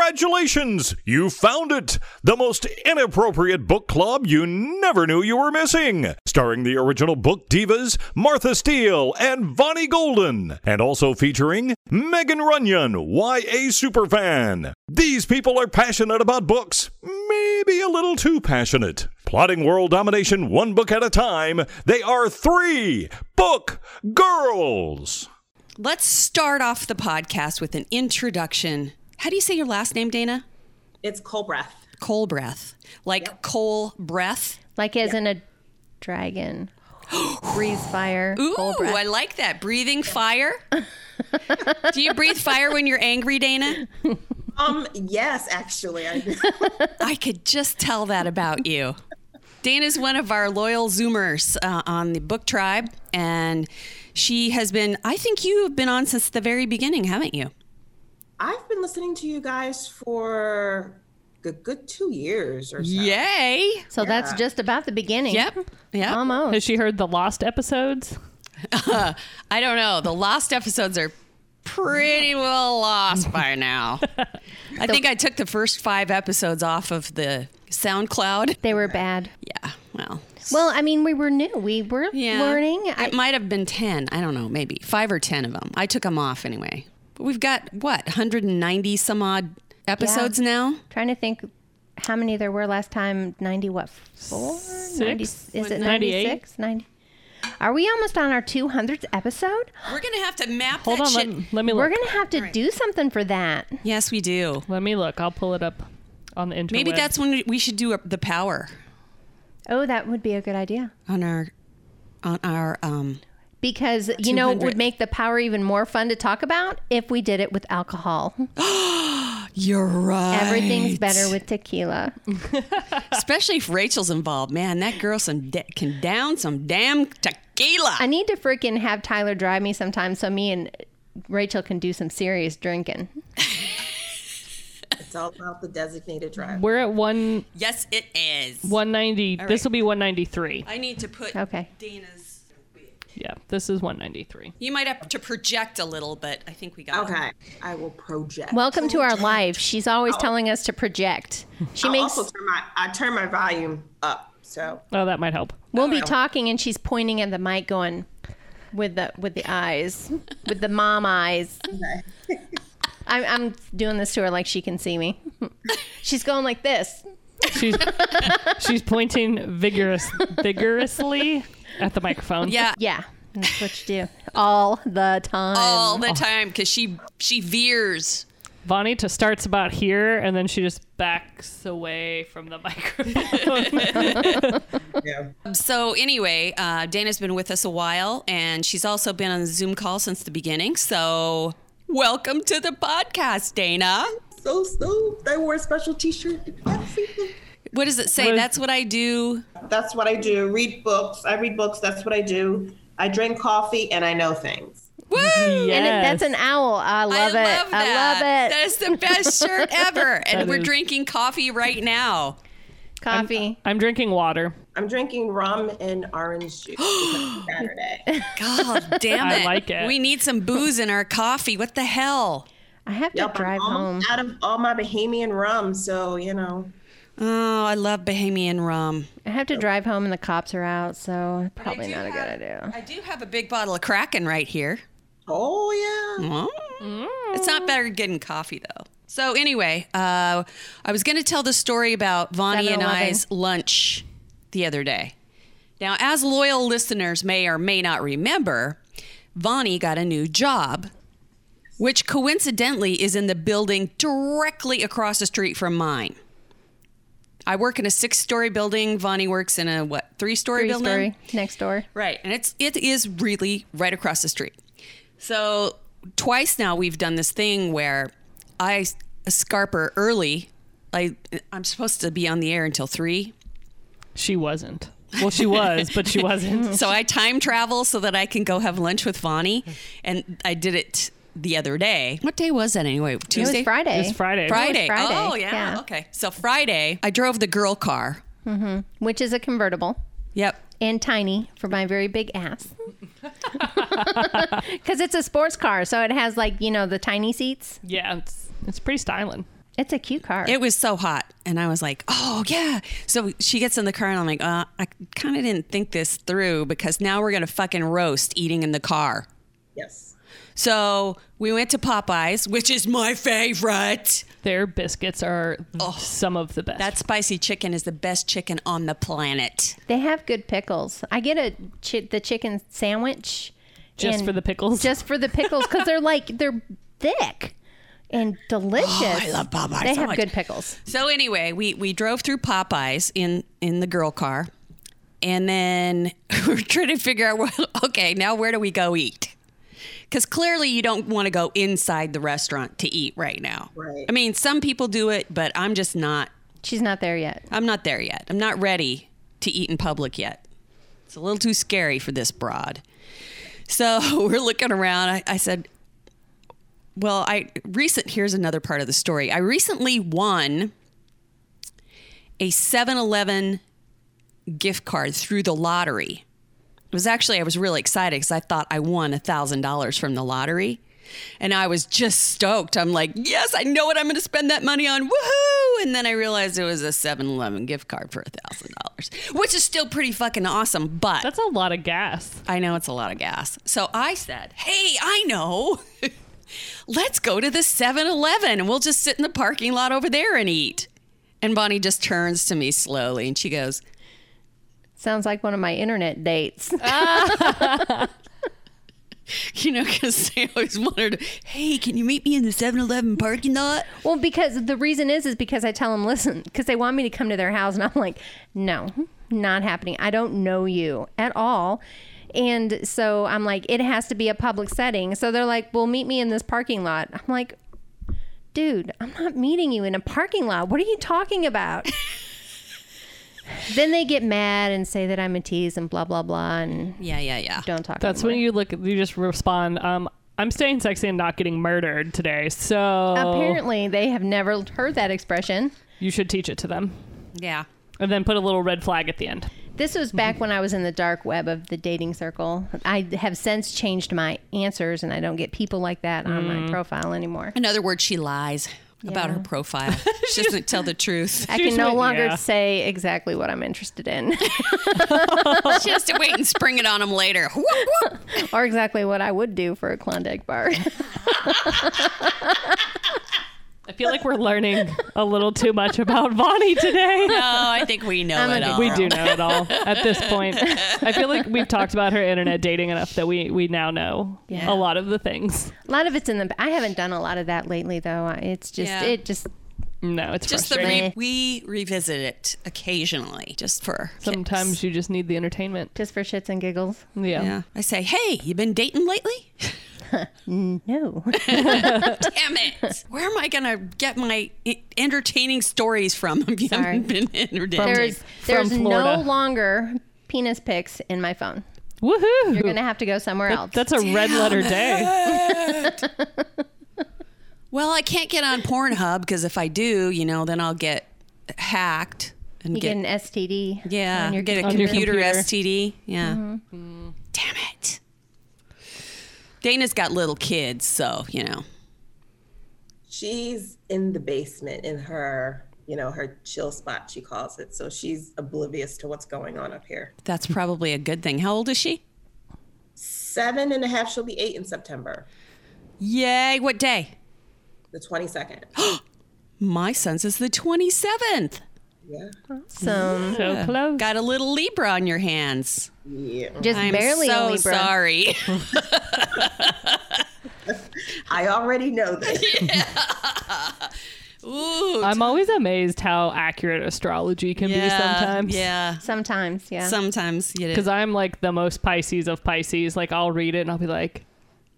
Congratulations! You found it! The most inappropriate book club you never knew you were missing! Starring the original book divas Martha Steele and Vonnie Golden, and also featuring Megan Runyon, YA superfan. These people are passionate about books, maybe a little too passionate. Plotting world domination one book at a time, they are three book girls! Let's start off the podcast with an introduction. How do you say your last name, Dana? It's cold breath. Coal breath. Like coal breath. Like as in a dragon. Breathe fire. Ooh, cold breath. I like that. Breathing fire. do you breathe fire when you're angry, Dana? Um, yes, actually, I do. I could just tell that about you. Dana's one of our loyal Zoomers uh, on the book tribe, and she has been, I think you have been on since the very beginning, haven't you? I've been listening to you guys for a good two years or so. Yay. so that's just about the beginning. Yep. Yep. Almost. Has she heard the lost episodes? I don't know. The lost episodes are pretty well lost by now. I think I took the first five episodes off of the SoundCloud. They were bad. Yeah, well, Well, I mean, we were new. We were yeah. learning. It I, might have been 10. I don't know, maybe five or 10 of them. I took them off anyway. But we've got, what, 190 some odd episodes now? trying to think how many there were last time. 90, what? Four? Six? 90, is it 98? 96? 90. Are we almost on our 200th episode? We're going to have to map Hold that on, shit. let, let me look. We're going to have to do something for that. yes, we do. Let me look. I'll pull it up on the internet. Maybe that's when we should do a, the power Oh, that would be a good idea. on our, on our, um, Because, you know, it 200th. would make the power even more fun to talk about if we did it with alcohol. you're right. Everything's better with tequila. Especially if Rachel's involved, man, that girl some da- can down some damn tequila. I need to freaking have Tyler drive me sometimes so me and Rachel can do some serious drinking. It's all about the designated drive. We're at one yes, it is. 190. This will be 193. I need to put Okay. Dana's. Yeah, this is 193. You might have to project a little, but I think we got it. Okay, I will project. Welcome to our life. She's always telling us to project. She I'll makes also turn my I turn my volume up. So Oh, that might help. we'll be talking and she's pointing at the mic going with the with the eyes, with the mom eyes. I'm I'm doing this to her like she can see me. She's going like this. She's she's pointing vigorous vigorously at the microphone. Yeah, Yeah. That's what you do. All the time. all the time because she she veers. Bonnie to starts about here and then she just backs away from the microphone. yeah. So anyway, uh, Dana's been with us a while, and she's also been on the Zoom call since the beginning. So welcome to the podcast, Dana. so so I wore a special T-shirt. That's it. What does it say? What- That's what I do. That's what I do. Read books. I read books. That's what I do. I drink coffee and I know things. Woo! And if Yes. that's an owl. I love I Love it. that. I love it. That is the best shirt ever. and That we're is- drinking coffee right now. Coffee. I'm drinking water. I'm drinking rum and orange juice because it's Saturday. God Oh, damn I it. like it. We need some booze in our coffee. What the hell? I have to Yep, I'm drive home. almost out of all my Bahamian rum, so you know. Oh, I love Bahamian rum. I have to drive home and the cops are out, so probably do not a good have- idea. I do have a big bottle of Kraken right here. Oh yeah. Mm. It's not better getting coffee though. So anyway, uh, I was going to tell the story about Vonnie and 7-Eleven. I's lunch the other day. Now, as loyal listeners may or may not remember, Vonnie got a new job, which coincidentally is in the building directly across the street from mine. I work in a six-story building. Vonnie works in a what three-story Three building? story next door. Right. And it's it is really right across the street. So twice now we've done this thing where I s- scarper early. I I'm supposed to be on the air until 3. She wasn't. Well, she was, but she wasn't. So I time travel so that I can go have lunch with Vonnie and I did it the other day. What day was that anyway? It Tuesday. was Friday. It's Friday. Friday. Friday, Oh, yeah. yeah. Okay. So Friday, I drove the girl car. which is a convertible Yep. and tiny for my very big ass. Because it's a sports car, so it has like you know the tiny seats. Yeah, it's It's pretty styling. It's a cute car. It was so hot, and I was like, "Oh yeah!" So she gets in the car, and I'm like, uh, "I kind of didn't think this through because now we're gonna fucking roast eating in the car." Yes. So we went to Popeyes, which is my favorite. Their biscuits are some of the best. That spicy chicken is the best chicken on the planet. they have good pickles. I get a chi- the chicken sandwich Just and- for the pickles? Just for the pickles because they're like they're thick and delicious. Oh, I love Popeyes They so have much. good pickles. So anyway, we we drove through Popeyes in in the girl car, and then we're trying to figure out well, okay, now where do we go eat? Because clearly you don't want to go inside the restaurant to eat right now. Right. I mean, some people do it, but I'm just not. She's not there yet. I'm not there yet. I'm not ready to eat in public yet. It's a little too scary for this broad. So we're looking around. I, I said, Well, I recent here's another part of the story. I recently won a 7 Eleven gift card through the lottery. It was actually, I was really excited because I thought I won $1,000 from the lottery. And I was just stoked. I'm like, yes, I know what I'm going to spend that money on. Woohoo! And then I realized it was a 7 Eleven gift card for $1,000, which is still pretty fucking awesome. But That's a lot of gas. I know it's a lot of gas. So I said, hey, I know. Let's go to the 7 Eleven and we'll just sit in the parking lot over there and eat. And Bonnie just turns to me slowly and she goes, Sounds like one of my internet dates. you know, because they always wanted, hey, can you meet me in the 7 Eleven parking lot? well, because the reason is, is because I tell them, listen, because they want me to come to their house, and I'm like, no, not happening. I don't know you at all. And so I'm like, it has to be a public setting. So they're like, well, meet me in this parking lot. I'm like, dude, I'm not meeting you in a parking lot. What are you talking about? then they get mad and say that I'm a tease and blah, blah, blah, and Yeah, yeah, yeah. don't talk That's when you look. You just respond. Um, I'm staying sexy and not getting murdered today. So Apparently, they have never heard that expression. you should teach it to them, Yeah. and then put a little red flag at the end. This was Mm-hmm. back when I was in the dark web of the dating circle. I have since changed my answers, and I don't get people like that on Mm. my profile anymore. In other words, she lies about her profile. she doesn't tell the truth. I She's can no like, longer yeah. say exactly what I'm interested in She has to wait and spring it on him later. Whoop, whoop. or exactly what I would do for a Klondike bar. I feel like we're learning a little too much about Vonnie today. No, Oh, I think we know it all. We do know it all at this point. I feel like we've talked about her internet dating enough that we we now know Yeah. a lot of the things. a lot of it's in the. I haven't done a lot of that lately, though. It's just Yeah. it just No, it's Just the frustrating. re- we revisit it occasionally, just for kicks. Sometimes you just need the entertainment. just for shits and giggles. Yeah. Yeah, I say, hey, you been dating lately? No, Damn it! Where am I gonna get my e- entertaining stories from? If you Sorry. haven't been entertained. there's there's no Florida. longer penis pics in my phone. Woohoo! You're gonna have to go somewhere else. That's a red letter day. Well, I can't get on Pornhub because if I do, you know, then I'll get hacked and You get an STD. yeah, on your Mm-hmm. get a your computer, computer. STD. Yeah. Damn it. Dana's got little kids, so you know. She's in the basement in her, you know, her chill spot, she calls it. So she's oblivious to what's going on up here. That's probably a good thing. How old is she? Seven and a half, she'll be eight in September, Yay! What day? the 22nd. My son's is the twenty seventh. yeah. Some so close. Got a little Libra on your hands. Yeah. just I'm barely so a Libra. sorry. I already know this. Ooh, I'm always amazed how accurate astrology can be sometimes. Yeah. Sometimes, yeah. Sometimes you Because I'm like the most Pisces of Pisces. Like I'll read it and I'll be like,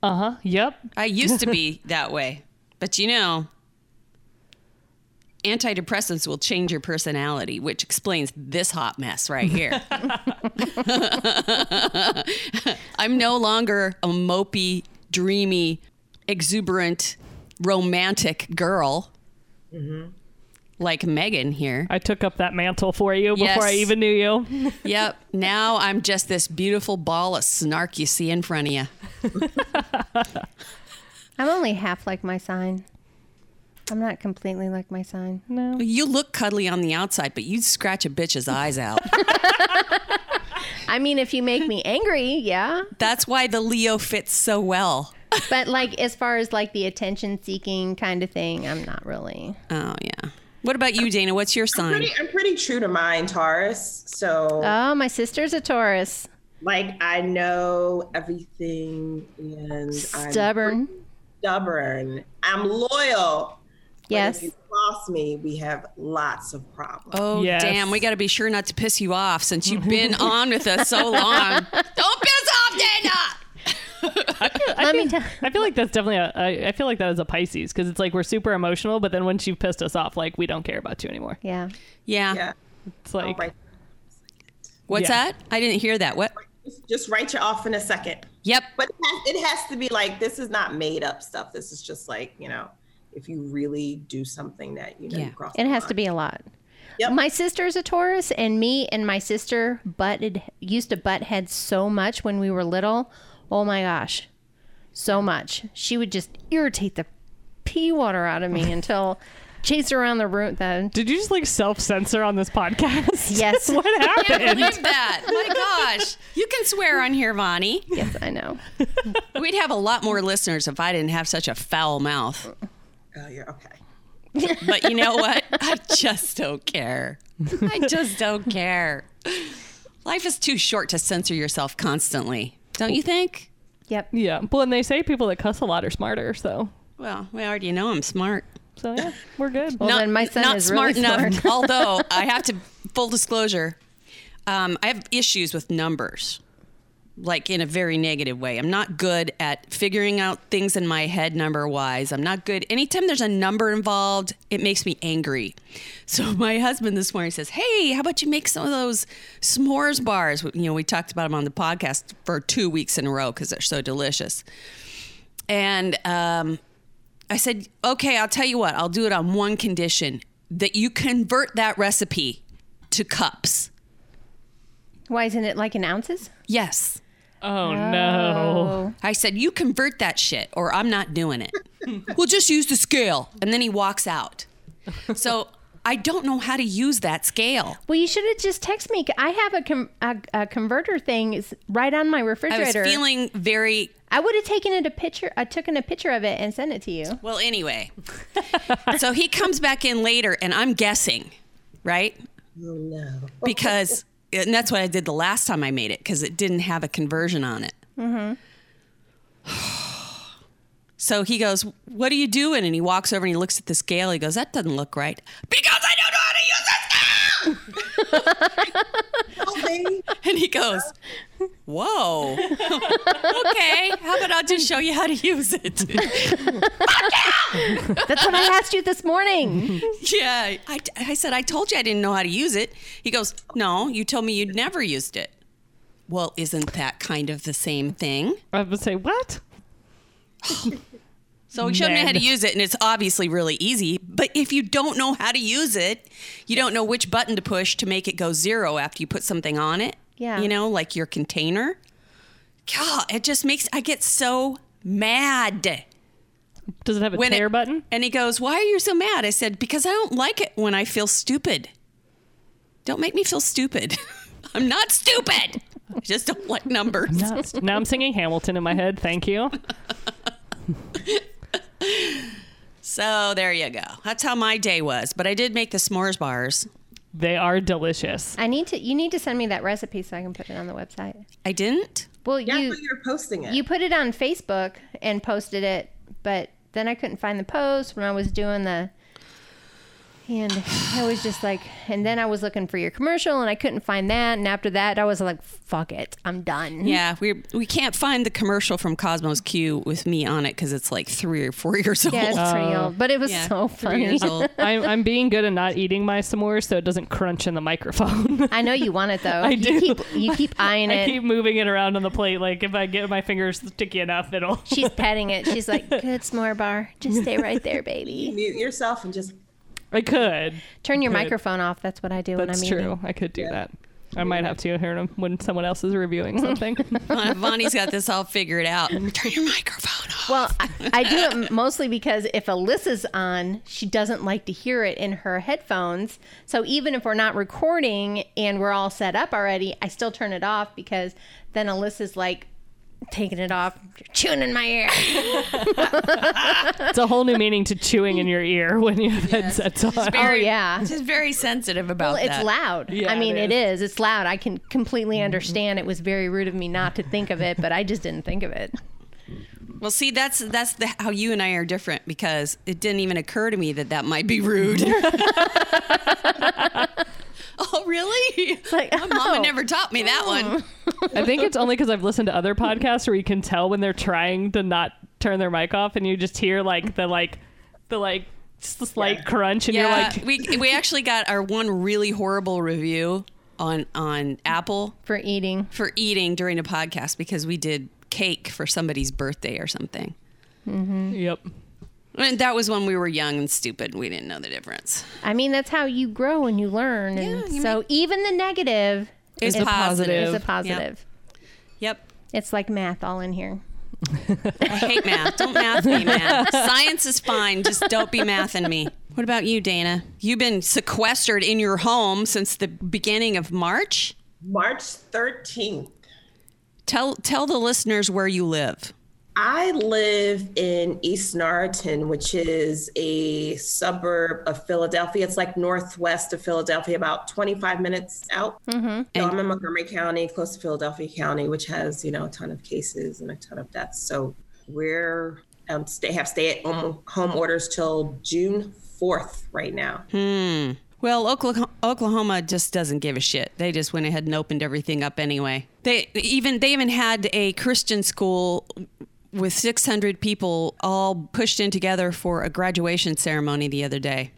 uh huh, yep. I used to be that way, but you know, antidepressants will change your personality, which explains this hot mess right here. I'm no longer a mopey, dreamy, exuberant, romantic girl like Megan here. I took up that mantle for you before I Yes. even knew you. Yep. Now I'm just this beautiful ball of snark you see in front of you. I'm only half like my sign. I'm not completely like my sign. No. You look cuddly on the outside, but you'd scratch a bitch's eyes out. I mean, if you make me angry, yeah. That's why the Leo fits so well. But like, as far as like the attention seeking kind of thing, I'm not really. Oh, yeah. What about you, Dana? What's your sign? Pretty, I'm pretty true to mine, Taurus. So Oh, my sister's a Taurus. like I know everything and Stubborn. I'm stubborn. I'm loyal. But Yes. If you cross me, we have lots of problems. Oh, Yes. damn. We got to be sure not to piss you off since you've been on with us so long. Don't piss off, Dana! Let me tell. I feel like that's definitely a. I, I feel like that is a Pisces because it's like we're super emotional, but then once you've pissed us off, like we don't care about you anymore. Yeah. Yeah. Yeah. It's like Right. What's Yeah. that? I didn't hear that. What? Just- Just write you off in a second. Yep. But it has, it has to be like this is not made up stuff. This is just like you know, if you really do something that you know Yeah. you cross. It the has line. to be a lot. Yep. My sister's a Taurus, and me and my sister butted used to butt heads so much when we were little. Oh my gosh, so much. She would just irritate the pee water out of me until chase her around the room. Then Did you just like self censor on this podcast? Yes. what Can't happened? believe that. My gosh. You can swear on here, Vonnie. yes, I know. We'd have a lot more listeners if I didn't have such a foul mouth. Oh, you're okay. But you know what? I just don't care. I just don't care. Life is too short to censor yourself constantly, don't you think? Yep. yeah. Well, and they say people that cuss a lot are smarter. So, Well, we already know I'm smart. so yeah, we're good. Well, then my son not is smart really enough. smart. although I have to full disclosure, um, I have issues with numbers, like in a very negative way. I'm not good at figuring out things in my head number wise. I'm not good. Anytime there's a number involved, it makes me angry. So my husband this morning says, "Hey, how about you make some of those s'mores bars? You know, we talked about them on the podcast for two weeks in a row because they're so delicious." And um, I said, okay, I'll tell you what, I'll do it on one condition that you convert that recipe to cups. Why isn't it like in ounces? Oh. Yes. Oh no. I said, you convert that shit or I'm not doing it. we'll just use the scale. And then he walks out. So I don't know how to use that scale. Well, you should have just texted me. I have a, com- a, a converter thing is right on my I was refrigerator. feeling very I would have taken it a picture. I took in a picture of it and sent it to you. Well, anyway, so he comes back in later, and I'm guessing, right? Oh no. Because, and that's what I did the last time I made it because it didn't have a conversion on it. Mm-hmm. So he goes, What are you doing? And he walks over and he looks at the scale. He goes, That doesn't look right. Because I don't know how to use that scale. Okay. And he goes, Whoa. okay. How about I'll just show you how to use it? That's what I asked you this morning. Yeah. I, I said, I told you I didn't know how to use it. He goes, No, you told me you'd never used it. Well, isn't that kind of the same thing? I would say what? So he showed me how to Men. use it, and it's obviously really easy. But if you don't know how to use it, you don't know which button to push to make it go zero after you put something on it. Yeah. You know, like your container. God, it just makes, I get so mad. Does it have a When it- tear button? And he goes, Why are you so mad? I said, Because I don't like it when I feel stupid. Don't make me feel stupid. I'm not stupid. I just don't like numbers. Not- now I'm singing Hamilton in my head. Thank you. So there you go. That's how my day was. But I did make the s'mores bars. They are delicious. I need to. You need to send me that recipe so I can put it on the website. I didn't. Well, Yeah, you you, you're posting it. you put it on Facebook and posted it, but then I couldn't find the post when I was doing the. And I was just like, and then I was looking for your commercial and I couldn't find that. And after that, I was like, fuck it, I'm done. Yeah, we we can't find the commercial from Cosmos Q with me on it because it's like three or four years old. Yeah, it's pretty old, but it was Yeah, so three funny. years old. I'm, I'm being good and not eating my s'mores so it doesn't crunch in the microphone. I know you want it though. I you do. Keep, you keep eyeing I it. keep moving it around on the plate. Like if I get my fingers sticky enough, it'll. She's petting it. She's like, good s'more bar. Just stay right there, baby. mute yourself and just I could. Turn your Good. microphone off. That's what I do when That's I'm eating. true. I could do that. I might have to hear them when someone else is reviewing something. Von- Vonnie's got this all figured out. Turn your microphone off. Well, I, I do it m- mostly because if Alyssa's on, she doesn't like to hear it in her headphones. So even if we're not recording and we're all set up already, I still turn it off because then Alyssa's like taking it off, you're chewing in my ear. it's a whole new meaning to chewing in your ear when you have headsets on. Very- Oh, yeah. She's very sensitive about Well, it's that. loud. Yeah, I mean, it it is. It's loud. I can Mm-hmm. completely understand. It was very rude of me not to think of it, but I just didn't think of it. Well, see, that's that's the, how you and I are different because it didn't even occur to me that that might be rude. oh, really? like, My mama oh. never taught me that one. I think it's only because I've listened to other podcasts where you can tell when they're trying to not turn their mic off, and you just hear like the like the like s- slight crunch, and Yeah, you're like, we we actually got our one really horrible review on on Apple For eating. for eating during a podcast because we did cake for somebody's birthday or something. "Yep." And that was when we were young and stupid. We didn't know the difference. I mean, that's how you grow and you learn. and so even the negative It's is positive. Is a positive. Yep. It's like math all in here. I hate math. Don't math me, man. Science is fine. Just don't be mathing me. What about you, Dana? You've been sequestered in your home since the beginning of March. March 13th. Tell tell the listeners where you live. I live in East Norriton, which is a suburb of Philadelphia. It's like northwest of Philadelphia, about 25 minutes out. Mm-hmm. So I'm in Montgomery County, close to Philadelphia County, which has, you know, a ton of cases and a ton of deaths. So we're um, stay, have stay at home, home orders till June 4th right now. Well, Oklahoma, Oklahoma just doesn't give a shit. They just went ahead and opened everything up anyway. They even they even had a Christian school with 600 people all pushed in together for a graduation ceremony the other day.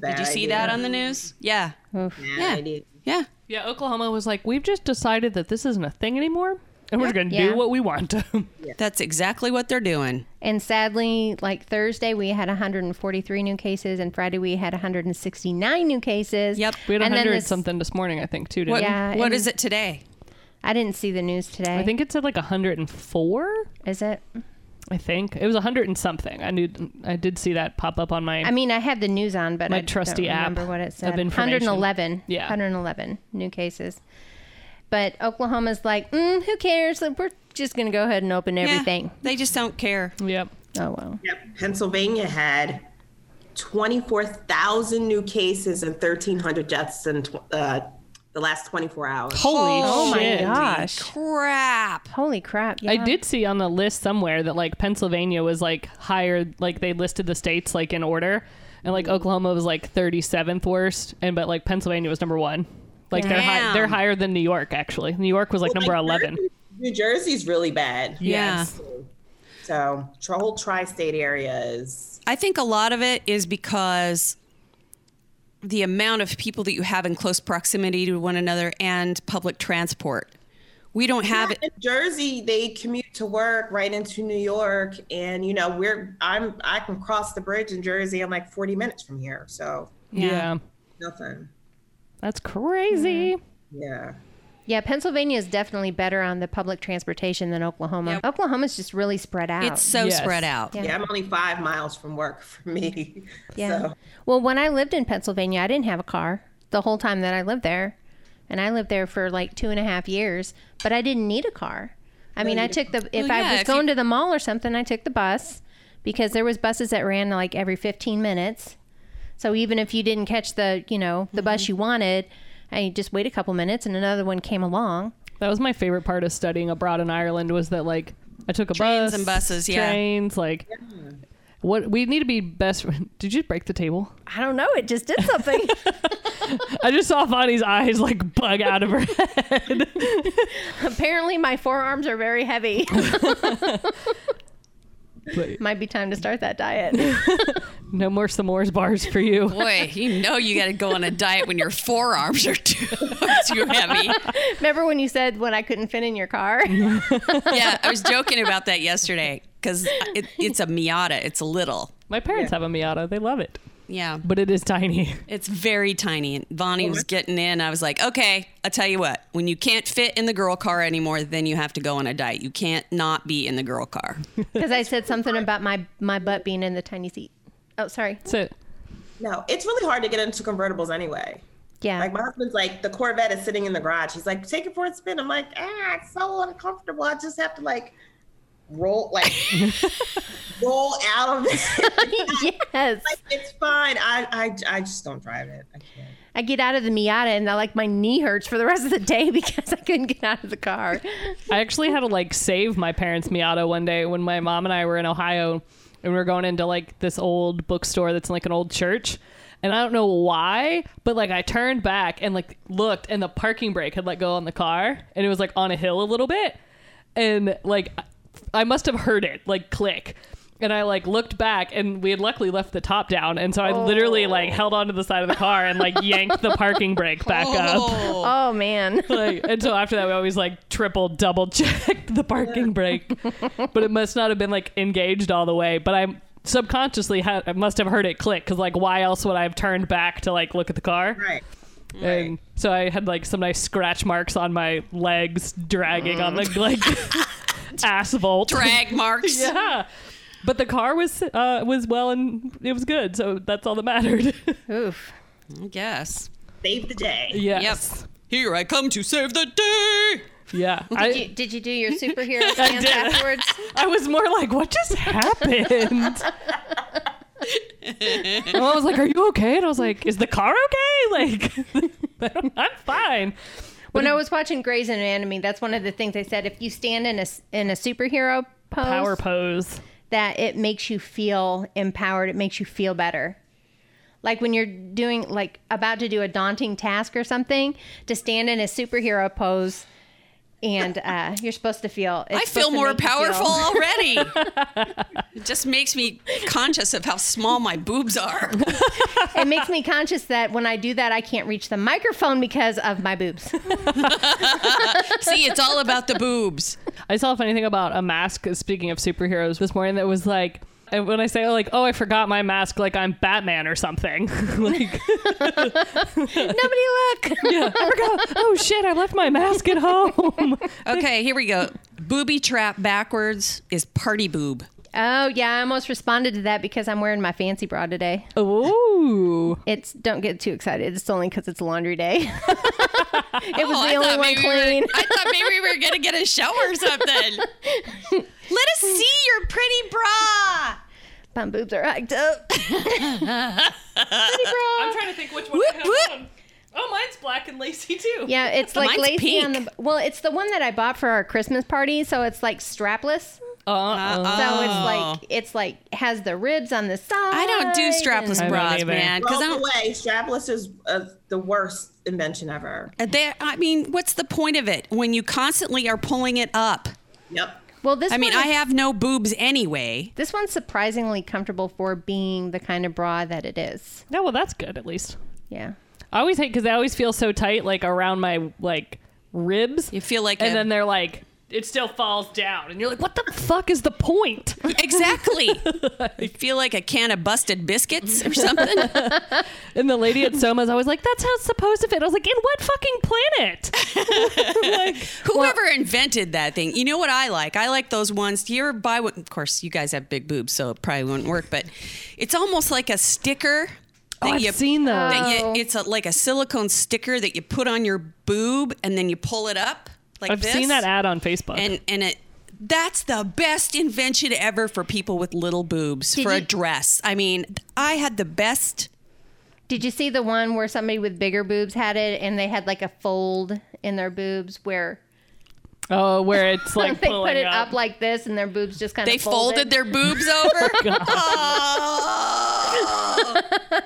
Did you see that on the news? Yeah. Yeah, I did. Yeah. Yeah, Oklahoma was like, "We've just decided that this isn't a thing anymore, and we're going to Yeah. do what we want." That's exactly what they're doing. And sadly, like Thursday, we had 143 new cases, and Friday we had 169 new cases. Yep. we had And then 100 this- something this morning, I think, too. Didn't What, we? Yeah, what and- is it today? I didn't see the news today. I think it said like 104. is it? I think it was 100 and something. I knew I did see that pop up on my. I mean, I had the news on, but My I trusty don't app remember what of it said. information. 111. Yeah. 111 new cases. But Oklahoma's like, mm, who cares? We're just going to go ahead and open Yeah. everything. they just don't care. yep. Oh, well. Yep. Pennsylvania had 24,000 new cases and 1,300 deaths in tw- uh, the last 24 hours. Holy Oh, my shit! gosh. Crap. Holy crap. Yeah. I did see on the list somewhere that like Pennsylvania was like higher, like they listed the states like in order, and Mm. like Oklahoma was like 37th worst, and but like Pennsylvania was number one. Like they're high, Damn. they're higher than New York actually. New York was like number 11. New Jersey's really bad. Yeah. So, the whole tri state area is I think a lot of it is because the amount of people that you have in close proximity to one another and public transport. We don't have it. in Jersey. They commute to work right into New York, and you know we're I'm I can cross the bridge in Jersey. I'm like 40 minutes from here, so Yeah. nothing. that's crazy. Mm. Yeah. Yeah, Pennsylvania is definitely better on the public transportation than Oklahoma. Oklahoma's just really spread out. It's so Yes. spread out. Yeah. Yeah, I'm only five miles from work for me. yeah. So, Well, when I lived in Pennsylvania, I didn't have a car the whole time that I lived there. And I lived there for like two and a half years, but I didn't need a car. I mean, I took the, if Well, I yeah, was if going to the mall or something, I took the bus because there was buses that ran like every 15 minutes. So even if you didn't catch the, you know, the Mm-hmm. bus you wanted, I just wait a couple minutes and another one came along. That was my favorite part of studying abroad in Ireland was that like I took a Trains bus and buses, yeah. trains like. What we need to be best. Did you break the table? I don't know. It just did something. I just saw Bonnie's eyes like bug out of her head. Apparently, my forearms are very heavy. Might be time to start that diet. No more s'mores bars for you. Boy, you know you got to go on a diet when your forearms are too, too heavy. Remember when you said when I couldn't fit in your car? Yeah, I was joking about that yesterday because it, it's a Miata. It's little. My parents have a Miata. They love it. Yeah. but it is tiny. It's very tiny. And Oh, Vonnie was getting in. I was like, okay, I'll tell you what. When you can't fit in the girl car anymore, then you have to go on a diet. You can't not be in the girl car. Because I said something about my my butt being in the tiny seat. Oh, sorry. So No, it's really hard to get into convertibles anyway. Yeah. Like my husband's like the Corvette is sitting in the garage. He's like, take it for a spin. I'm like, ah, it's so uncomfortable. I just have to like roll like roll out of it. yes. it's fine. I, I I just don't drive it. I can't. I get out of the Miata and I like my knee hurts for the rest of the day because I couldn't get out of the car. I actually had to like save my parents' Miata one day when my mom and I were in Ohio and we were going into like this old bookstore that's in like an old church. And I don't know why, but like I turned back and like looked and the parking brake had let go on the car and it was like on a hill a little bit. And like I must have heard it like click. And I like looked back and we had luckily left the top down. And so I literally like held onto the side of the car and like yanked the parking brake back up. Oh man. Like, and so after that, we always like triple, double checked the parking brake, but it must not have been like engaged all the way. But I subconsciously had, I must have heard it click because like why else would I have turned back to like look at the car? Right. And so I had like some nice scratch marks on my legs dragging on the like asphalt. Drag marks. yeah. But the car was uh, was well and it was good, so that's all that mattered. Oof. I guess. Save the day. yes. Yep. Here I come to save the day. Yeah. I, Did you, did you do your superhero dance did. afterwards? I was more like, what just happened? My mom was like, are you okay? And I was like, is the car okay? Like, I'm fine. When I was watching Grey's Anatomy, that's one of the things they said. If you stand in a s- in a superhero pose, Power pose. that it makes you feel empowered. It makes you feel better. Like when you're doing like about to do a daunting task or something, to stand in a superhero pose, and uh, you're supposed to feel. it's I feel supposed to more make you feel- powerful already. it just makes me conscious of how small my boobs are. it makes me conscious that when I do that, I can't reach the microphone because of my boobs. See, it's all about the boobs. I saw a funny thing about a mask, speaking of superheroes, this morning that was like, and when I say like, oh, I forgot my mask, like I'm Batman or something. like, Nobody look. yeah, I forgot. Oh shit, I left my mask at home. Okay, here we go. Booby trap backwards is party boob. Oh yeah, I almost responded to that because I'm wearing my fancy bra today. Ooh. It's don't get too excited. It's only because it's laundry day. it was Oh, the only thought one maybe we were- clean. I thought maybe we were gonna get a shower or something. Let us see your pretty bra. My boobs are hiked up. I'm trying to think which one I have Whoop, whoop. on. Oh, mine's black and lacy too. Yeah, it's like Mine's lacy on pink. the. Well, it's the one that I bought for our Christmas party, so it's like strapless. Uh-uh. So it's like it's like has the ribs on the side. Oh. I don't do strapless don't bras, either. man, because Because I the don't. way strapless is uh, the worst invention ever. They, I mean, what's the point of it when you constantly are pulling it up? Yep. Well, this. I mean, one I is- have no boobs anyway. This one's surprisingly comfortable for being the kind of bra that it is. No, well, that's good at least. Yeah. I always hate because I always feel so tight, like around my like ribs, You feel like and a- then they're like, it still falls down, and you're like, what the fuck is the point? exactly. You feel like a can of busted biscuits or something. and the lady at Soma's always like, that's how it's supposed to fit. I was like, in what fucking planet? Whoever invented that thing, you know what I like? I like those ones. Do you ever buy one? Of course, you guys have big boobs, so it probably wouldn't work, but it's almost like a sticker. That Oh, I've seen those. that you- it's a, like a silicone sticker that you put on your boob and then you pull it up like I've this. seen that ad on Facebook. And and it that's the best invention ever for people with little boobs for a you- dress. I mean, I had the best. Did you see the one where somebody with bigger boobs had it and they had like a fold in their boobs where oh, where it's like they pulling put it up. up. like this and their boobs just kind of They folded their boobs over. oh.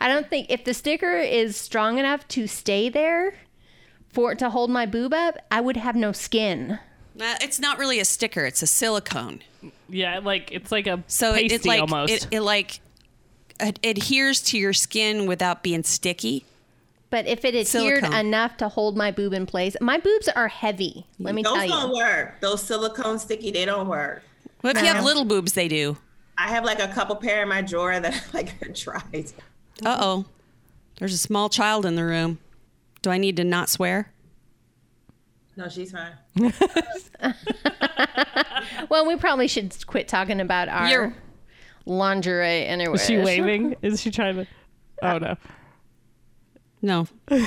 I don't think if the sticker is strong enough to stay there for to hold my boob up, I would have no skin. Uh, it's not really a sticker; it's a silicone. yeah, like it's like a So it, pasty it like almost. it, it like ad- adheres to your skin without being sticky. But if it adhered Silicone. enough to hold my boob in place, my boobs are heavy. Let me Those tell you. don't work. Those silicone sticky, they don't work. Well, if you have little boobs, they do. I have like a couple pair in my drawer that I like tried. Uh oh. There's a small child in the room. Do I need to not swear? No, she's fine. Well, we probably should quit talking about our You're- lingerie anyway. Is she waving? Is she trying to? Oh no! No. There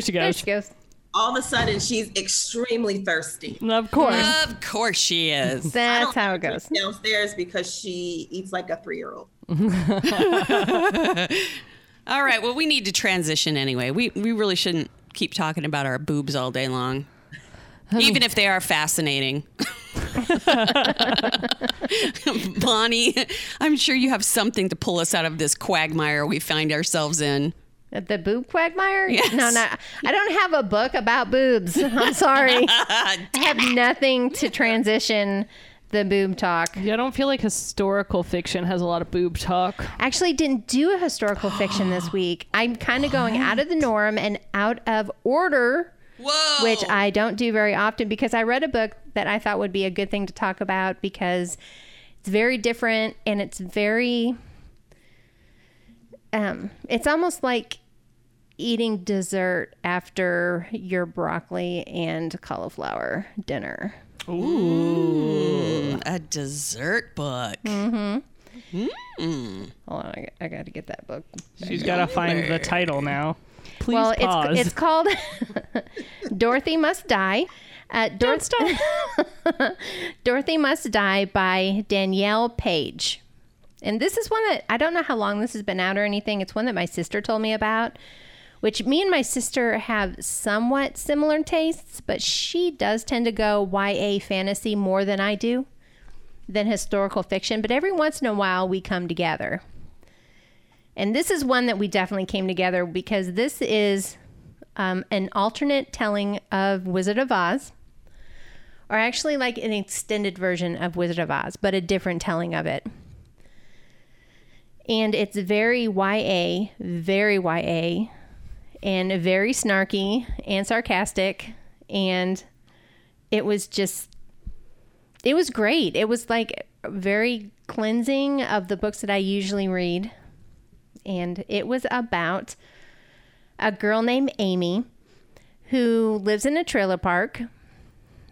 she There goes. she goes. All of a sudden, she's extremely thirsty. Of course. Of course she is. That's how it goes. Downstairs because she eats like a three-year-old. All right. Well, we need to transition anyway. We we really shouldn't keep talking about our boobs all day long, even if they are fascinating. Bonnie, I'm sure you have something to pull us out of this quagmire we find ourselves in. At the boob quagmire? Yes. No, no. I don't have a book about boobs. I'm sorry. I have nothing to transition the boob talk. Yeah, I don't feel like historical fiction has a lot of boob talk. Actually, didn't do a historical fiction this week. I'm kind of going out of the norm and out of order. Whoa! which I don't do very often because I read a book that I thought would be a good thing to talk about because it's very different and it's very um it's almost like eating dessert after your broccoli and cauliflower dinner. a dessert book. Hold on, I, got- I got to get that book. She's got to find the title now. Please well, pause. it's it's called Dorothy Must Die. Uh, Dor- Dorothy Must Die by Danielle Page. And this is one that I don't know how long this has been out or anything. It's one that my sister told me about, which me and my sister have somewhat similar tastes, but she does tend to go YA fantasy more than I do, than historical fiction. But every once in a while, we come together. And this is one that we definitely came together because this is um, an alternate telling of Wizard of Oz, or actually like an extended version of Wizard of Oz, but a different telling of it. And it's very YA, very YA, and very snarky and sarcastic. And it was just, it was great. It was like very cleansing of the books that I usually read and it was about a girl named Amy who lives in a trailer park.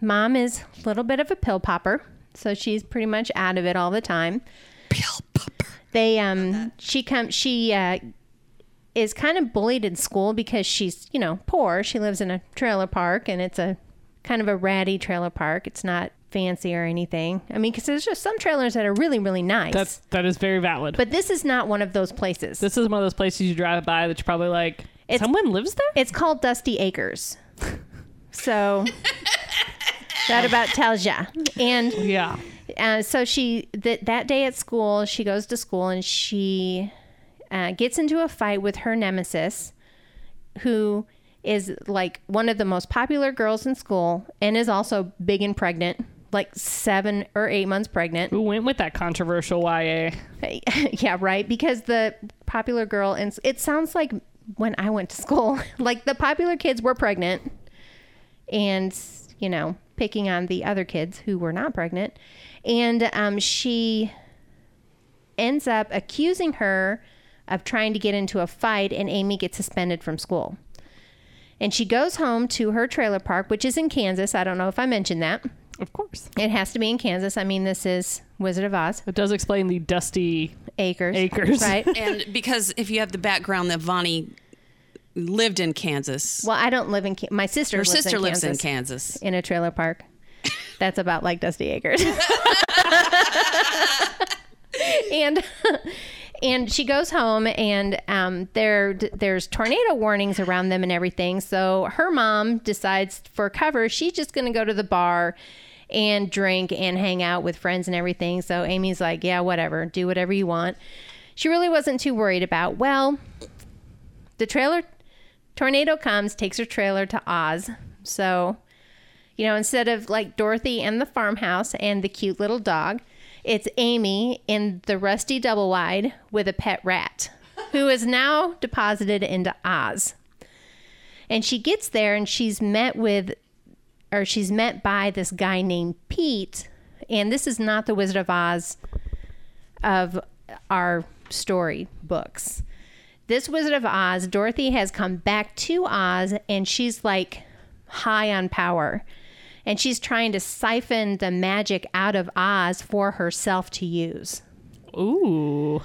Mom is a little bit of a pill popper, so she's pretty much out of it all the time. Pill popper. They um she comes she uh is kind of bullied in school because she's, you know, poor. She lives in a trailer park and it's a kind of a ratty trailer park. It's not fancy or anything. I mean, because there's just some trailers that are really, really nice. That's that is very valid. but this is not one of those places. this is one of those places you drive by that you're probably like, someone lives there. It's called Dusty Acres. So that about tells ya. And yeah. uh, so she th- that day at school, she goes to school and she uh, gets into a fight with her nemesis, who is like one of the most popular girls in school and is also big and pregnant, like seven or eight months pregnant. Who went with that controversial YA? yeah, right. Because the popular girl, and it sounds like when I went to school, like the popular kids were pregnant and, you know, picking on the other kids who were not pregnant. And um, she ends up accusing her of trying to get into a fight, and Amy gets suspended from school. And she goes home to her trailer park, which is in Kansas. I don't know if I mentioned that. Of course. It has to be in Kansas. I mean, this is Wizard of Oz It does explain the dusty. acres. Acres. Right. And because if you have the background that Vonnie lived in Kansas, Well, I don't live in Can- my sister. her lives sister in lives Kansas, in Kansas. in a trailer park. That's about like Dusty Acres. and and she goes home, and um, there there's tornado warnings around them and everything. So her mom decides for cover, she's just going to go to the bar and drink and hang out with friends and everything. So Amy's like, yeah, whatever, do whatever you want. She really wasn't too worried about. Well, the trailer tornado comes, takes her trailer to Oz. So, you know, instead of like Dorothy and the farmhouse and the cute little dog, it's Amy in the rusty double wide with a pet rat who is now deposited into Oz. And she gets there and she's met with or she's met by this guy named Pete And this is not the Wizard of Oz of our story books. This Wizard of Oz, Dorothy has come back to Oz and she's like high on power. And she's trying to siphon the magic out of Oz for herself to use. Ooh.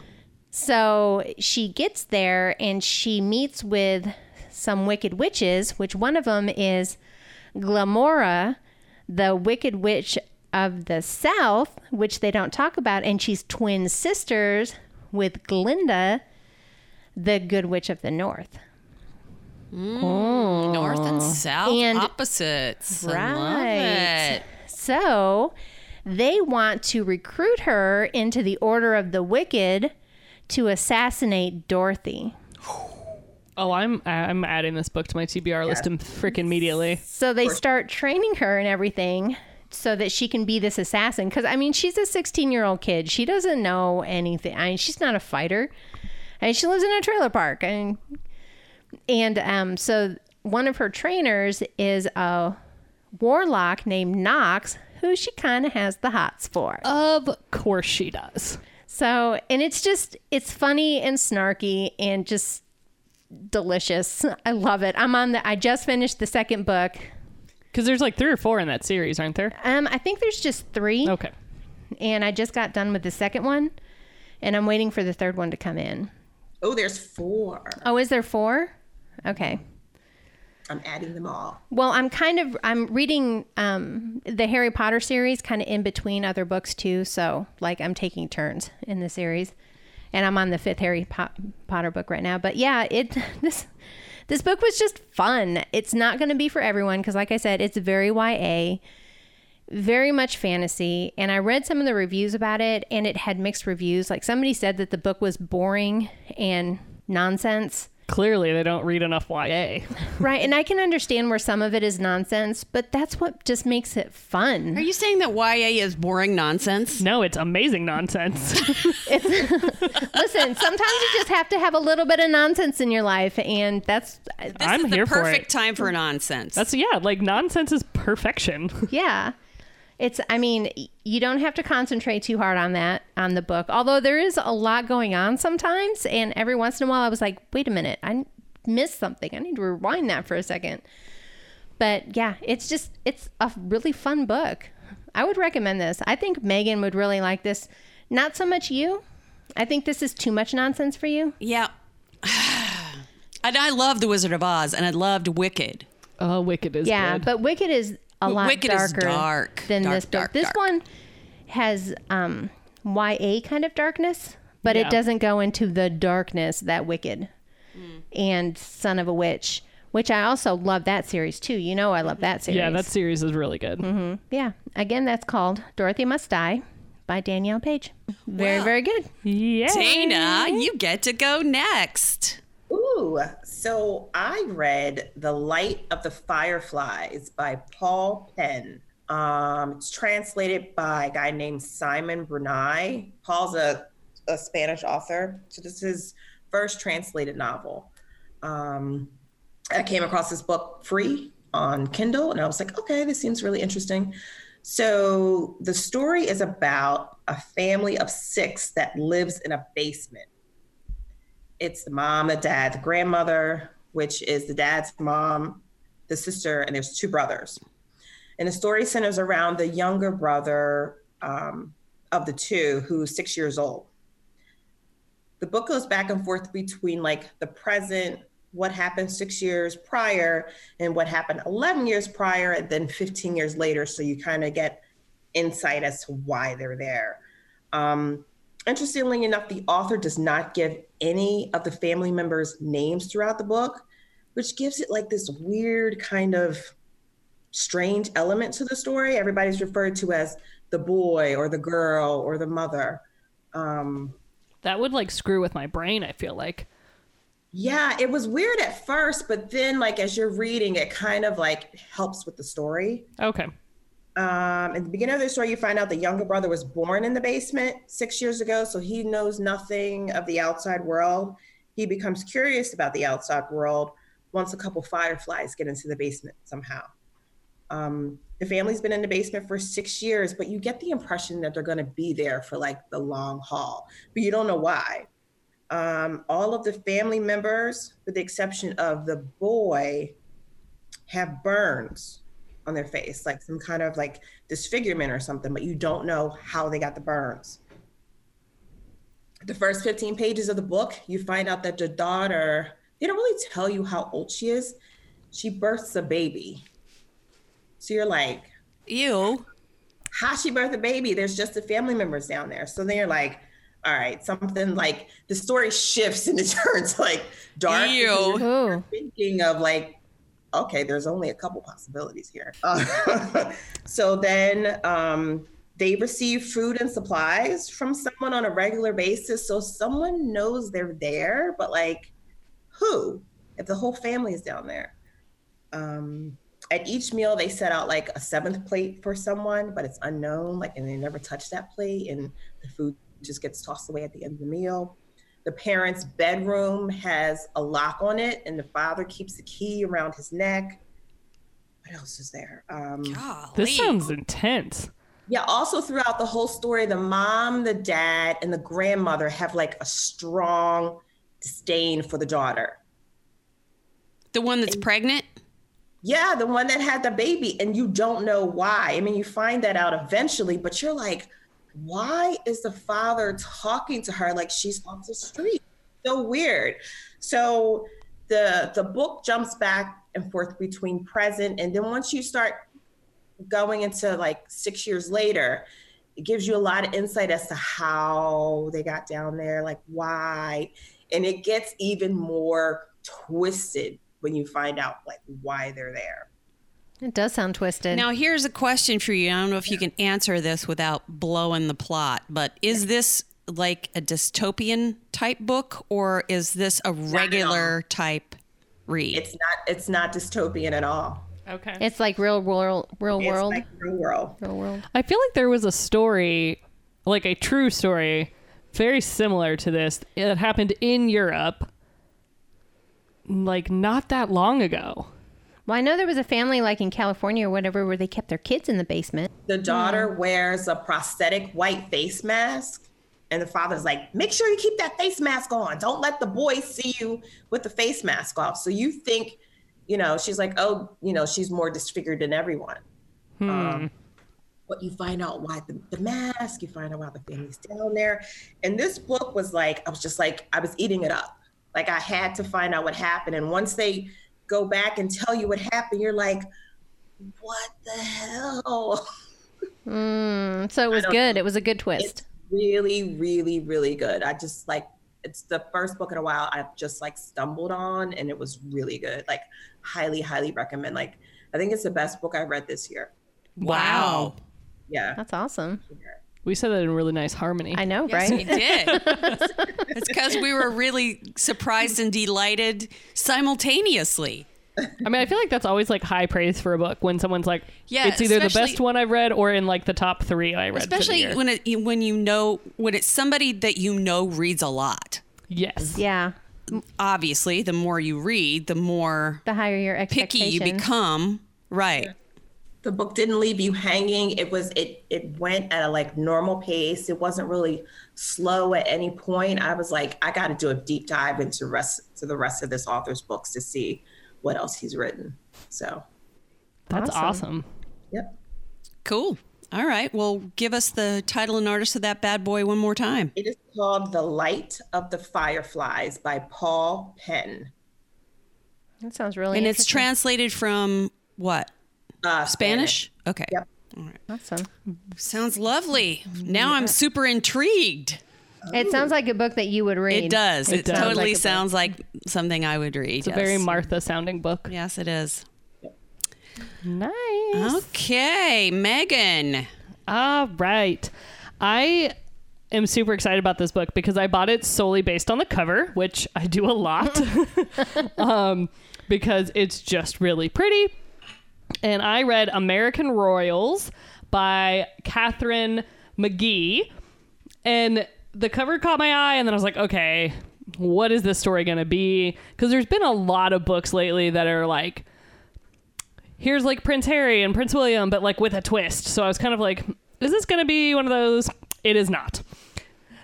So she gets there and she meets with some wicked witches, which one of them is Glamora, the wicked witch of the south, which they don't talk about, and she's twin sisters with Glinda, the good witch of the north. North and south And- opposites. I Right. love it. So they want to recruit her into the Order of the Wicked to assassinate Dorothy. Oh, I'm I'm adding this book to my TBR list im- freaking immediately. So they start training her and everything so that she can be this assassin. Because, I mean, she's a 16 year old kid. She doesn't know anything. I mean, she's not a fighter. And she lives in a trailer park. And, and um, so one of her trainers is a warlock named Knox, who she kind of has the hots for. Of course she does. So, and it's just, it's funny and snarky and just delicious. I love it. I'm on the, I just finished the second book. Because there's like three or four in that series, aren't there? Um, I think there's just three, Okay. and I just got done with the second one, and I'm waiting for the third one to come in. Oh, there's four. Oh, is there four? Okay. I'm adding them all. Well, I'm kind of I'm reading um, the Harry Potter series kind of in between other books too, so like I'm taking turns in the series, and I'm on the fifth Harry po- Potter book right now. But yeah, it this this book was just fun. It's not going to be for everyone because, like I said, it's very YA, very much fantasy. And I read some of the reviews about it, and it had mixed reviews. Like somebody said that the book was boring and nonsense. Clearly, they don't read enough YA. Right, and I can understand where some of it is nonsense, but that's what just makes it Are fun. you saying that YA is boring nonsense? No, it's amazing nonsense. Listen, sometimes you just have to have a little bit of nonsense in your life, and that's This I'm is here the for it. perfect time for nonsense. That's yeah, like nonsense is perfection. yeah. It's I mean, y- you don't have to concentrate too hard on that on the book. Although there is a lot going on sometimes, and every once in a while I was like, "Wait a minute, I missed something. I need to rewind that for a second. But yeah, it's just it's a really fun book. I would recommend this. I think Megan would really like this. Not so much you. I think this is too much nonsense for you. yeah. and I love The Wizard of Oz and I loved Wicked. Oh, Wicked is Yeah, good. but Wicked is a lot Wicked is darker dark, than dark, this book. dark, this dark. one has um, YA kind of darkness, but Yeah. it doesn't go into the darkness that Wicked Mm. and Son of a Witch, which I also love that series too. You know, I love Mm-hmm. that series. yeah, that series is really good. yeah. Again, that's called Dorothy Must Die by Danielle Page. Very, Wow. very good. Yeah. Dana, you get to go next. Ooh, so I read The Light of the Fireflies by Paul Penn. Um, it's translated by a guy named Simon Brunei. Paul's a, a Spanish author. So this is his first translated novel. Um, I came across this book free on Kindle, and I was like, okay, this seems really interesting. So the story is about a family of six that lives in a basement it's the mom, the dad, the grandmother, which is the dad's mom, the sister, and there's two brothers. And the story centers around the younger brother um, of the two, who's six years old. The book goes back and forth between like the present, what happened six years prior, and what happened 11 years prior, and then 15 years later. So you kind of get insight as to why they're there. Um, interestingly enough, the author does not give any of the family members' names throughout the book, which gives it like this weird kind of strange element to the story. Everybody's referred to as the boy or the girl or the mother. Um, That would like screw with my brain, I feel like. yeah, it was weird at first, but then like as you're reading, it kind of like helps with the story. Okay. Um, at the beginning of the story, you find out the younger brother was born in the basement six years ago, so he knows nothing of the outside world. He becomes curious about the outside world once a couple fireflies get into the basement somehow. Um, the family's been in the basement for six years, but you get the impression that they're going to be there for like the long haul, but you don't know why. Um, all of the family members, with the exception of the boy, have burns on their face, like some kind of like disfigurement or something, but you don't know how they got the burns. The first 15 pages of the book, you find out that the daughter, they don't really tell you how old she is. She births a baby. So you're like, Ew. how she birthed a baby? There's just the family members down there. So then you're like, all right, something like the story shifts and it turns like dark. because Ew. you're Ooh. thinking of like, okay, there's only a couple possibilities here. Uh, so then um, they receive food and supplies from someone on a regular basis. So someone knows they're there, but like who? If the whole family is down there. Um, at each meal, they set out like a seventh plate for someone, but it's unknown, like, and they never touch that plate, and the food just gets tossed away at the end of the meal the parents' bedroom has a lock on it, and the father keeps the key around his neck. What else is there? Um, This Golly. sounds intense. yeah, also throughout the whole story, the mom, the dad, and the grandmother have like a strong disdain for the daughter. the one that's pregnant. Yeah, the one that had the baby, and you don't know why. I mean, you find that out eventually, but you're like, why is the father talking to her like she's off the street? So weird. So the the book jumps back and forth between present, and then once you start going into like six years later, it gives you a lot of insight as to how they got down there, like why. And it gets even more twisted when you find out like why they're there. It does sound twisted. Now, here's a question for you. I don't know if you can answer this without blowing the plot, but is this like a dystopian type book or is this a regular type read? It's not it's not dystopian at all. Okay. it's like real world, real It's world, like real world. real world. I feel like there was a story, like a true story, very similar to this that happened in Europe, like not that long ago. Well, I know there was a family like in California or whatever where they kept their kids in the basement. The daughter wears a prosthetic white face mask. And the father's like, make sure you keep that face mask on. Don't let the boy see you with the face mask off. So you think, you know, she's like, oh, you know, she's more disfigured than everyone. Um, but you find out why the, the mask, you find out why the family's down there. And this book was like, I was just like, I was eating it up. Like I had to find out what happened. And once they go back and tell you what happened, you're like, what the hell? Mm, so it was good. It was a good twist. really, really, really good. I just like it's the first book in a while I've just like stumbled on and it was really good. Like highly, highly recommend. Like I think it's the best book I read this year. wow. Yeah. That's awesome. We said that in really nice harmony. I know, Yes, right? you did. it's because we were really surprised and delighted simultaneously. I mean, I feel like that's always like high praise for a book when someone's like, Yeah, it's either the especially- best one I've read or in like the top three I read. for the Especially year. when it, when you know when it's somebody that you know reads a lot. yes, Yeah. Obviously, the more you read, the more The higher your picky expectation. you become. Right. The book didn't leave you hanging. It was it it went at a like normal pace. It wasn't really slow at any point. I was like, I gotta do a deep dive into rest to the rest of this author's books to see what else he's written. So that's awesome. yep. Cool. All right. Well, give us the title and artist of that bad boy one more time. It is called The Light of the Fireflies by Paul Penn. That sounds really And it's interesting. translated from what? Uh, Spanish? Okay. Yep. awesome. Sounds lovely. Now I'm super intrigued. It sounds like a book that you would read. It does. It, does. totally Like a book. sounds like something I would read. It's a very Martha sounding book. yes, it is. Nice. Okay, Megan. All Ah, right. I am super excited about this book because I bought it solely based on the cover, which I do a lot um, because it's just really pretty. And I read American Royals by Catherine McGee. And the cover caught my eye, and then I was like, okay, what is this story going to be? Because there's been a lot of books lately that are like, here's like Prince Harry and Prince William, but like with a twist. So I was kind of like, is this going to be one of those? It is not.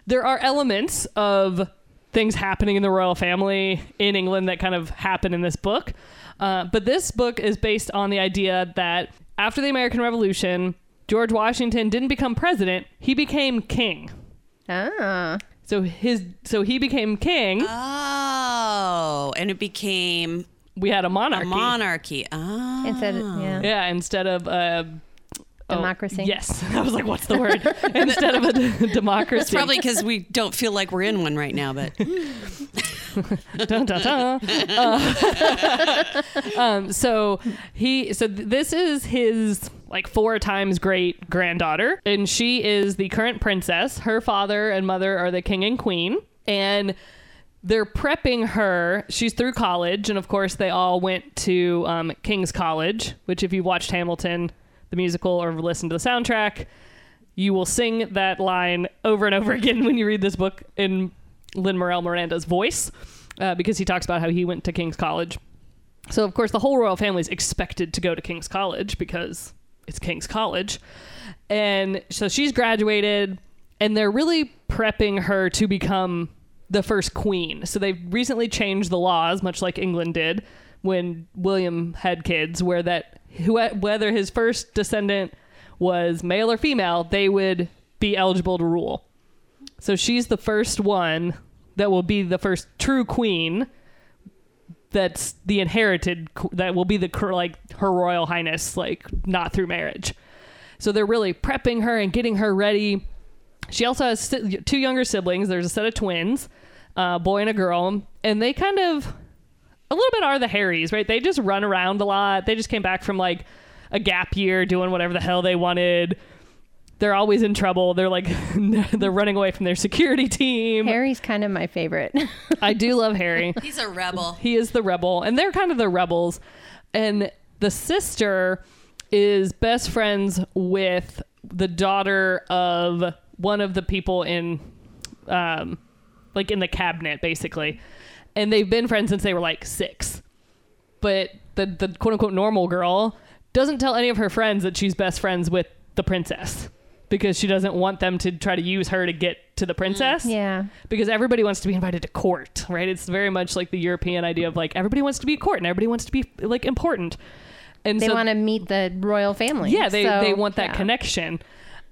There are elements of things happening in the royal family in England that kind of happen in this book. Uh, but this book is based on the idea that after the American Revolution, George Washington didn't become president, he became king. Ah. So his so he became king. Uh, Oh, and it became we had a monarchy. a monarchy. Ah, Instead, of, yeah. Yeah, instead of uh, oh, Democracy. yes, I was like, what's the word? instead of a d- democracy. probably because we don't feel like we're in one right now. But Dun, dun, dun. Uh, um, so he so th- this is his like four times great granddaughter and she is the current princess her father and mother are the king and queen and they're prepping her she's through college and of course they all went to um, king's college which if you watched hamilton the musical or listened to the soundtrack you will sing that line over and over again when you read this book in Lin Manuel Miranda's voice, uh, because he talks about how he went to King's College. So, of course, the whole royal family is expected to go to King's College because it's King's College. And so she's graduated, and they're really prepping her to become the first queen. So, they've recently changed the laws, much like England did when William had kids, where that wh- whether his first descendant was male or female, they would be eligible to rule. So she's the first one that will be the first true queen. That's the inherited qu- that will be the cur- like her royal highness, like not through marriage. So they're really prepping her and getting her ready. She also has si- two younger siblings. There's a set of twins, uh, a boy and a girl, and they kind of a little bit are the Harrys, right? They just run around a lot. They just came back from like a gap year doing whatever the hell they wanted. They're always in trouble. They're like they're running away from their security team. Harry's kind of my favorite. I do love Harry. he's a rebel. He is the rebel, and they're kind of the rebels. And the sister is best friends with the daughter of one of the people in, um, like in the cabinet, basically. And they've been friends since they were like six. But the the quote unquote normal girl doesn't tell any of her friends that she's best friends with the princess because she doesn't want them to try to use her to get to the princess yeah. because everybody wants to be invited to court, right? It's very much like the European idea of like everybody wants to be at court and everybody wants to be like important. And They so want to meet the royal family. yeah, they, so- they want that yeah. connection.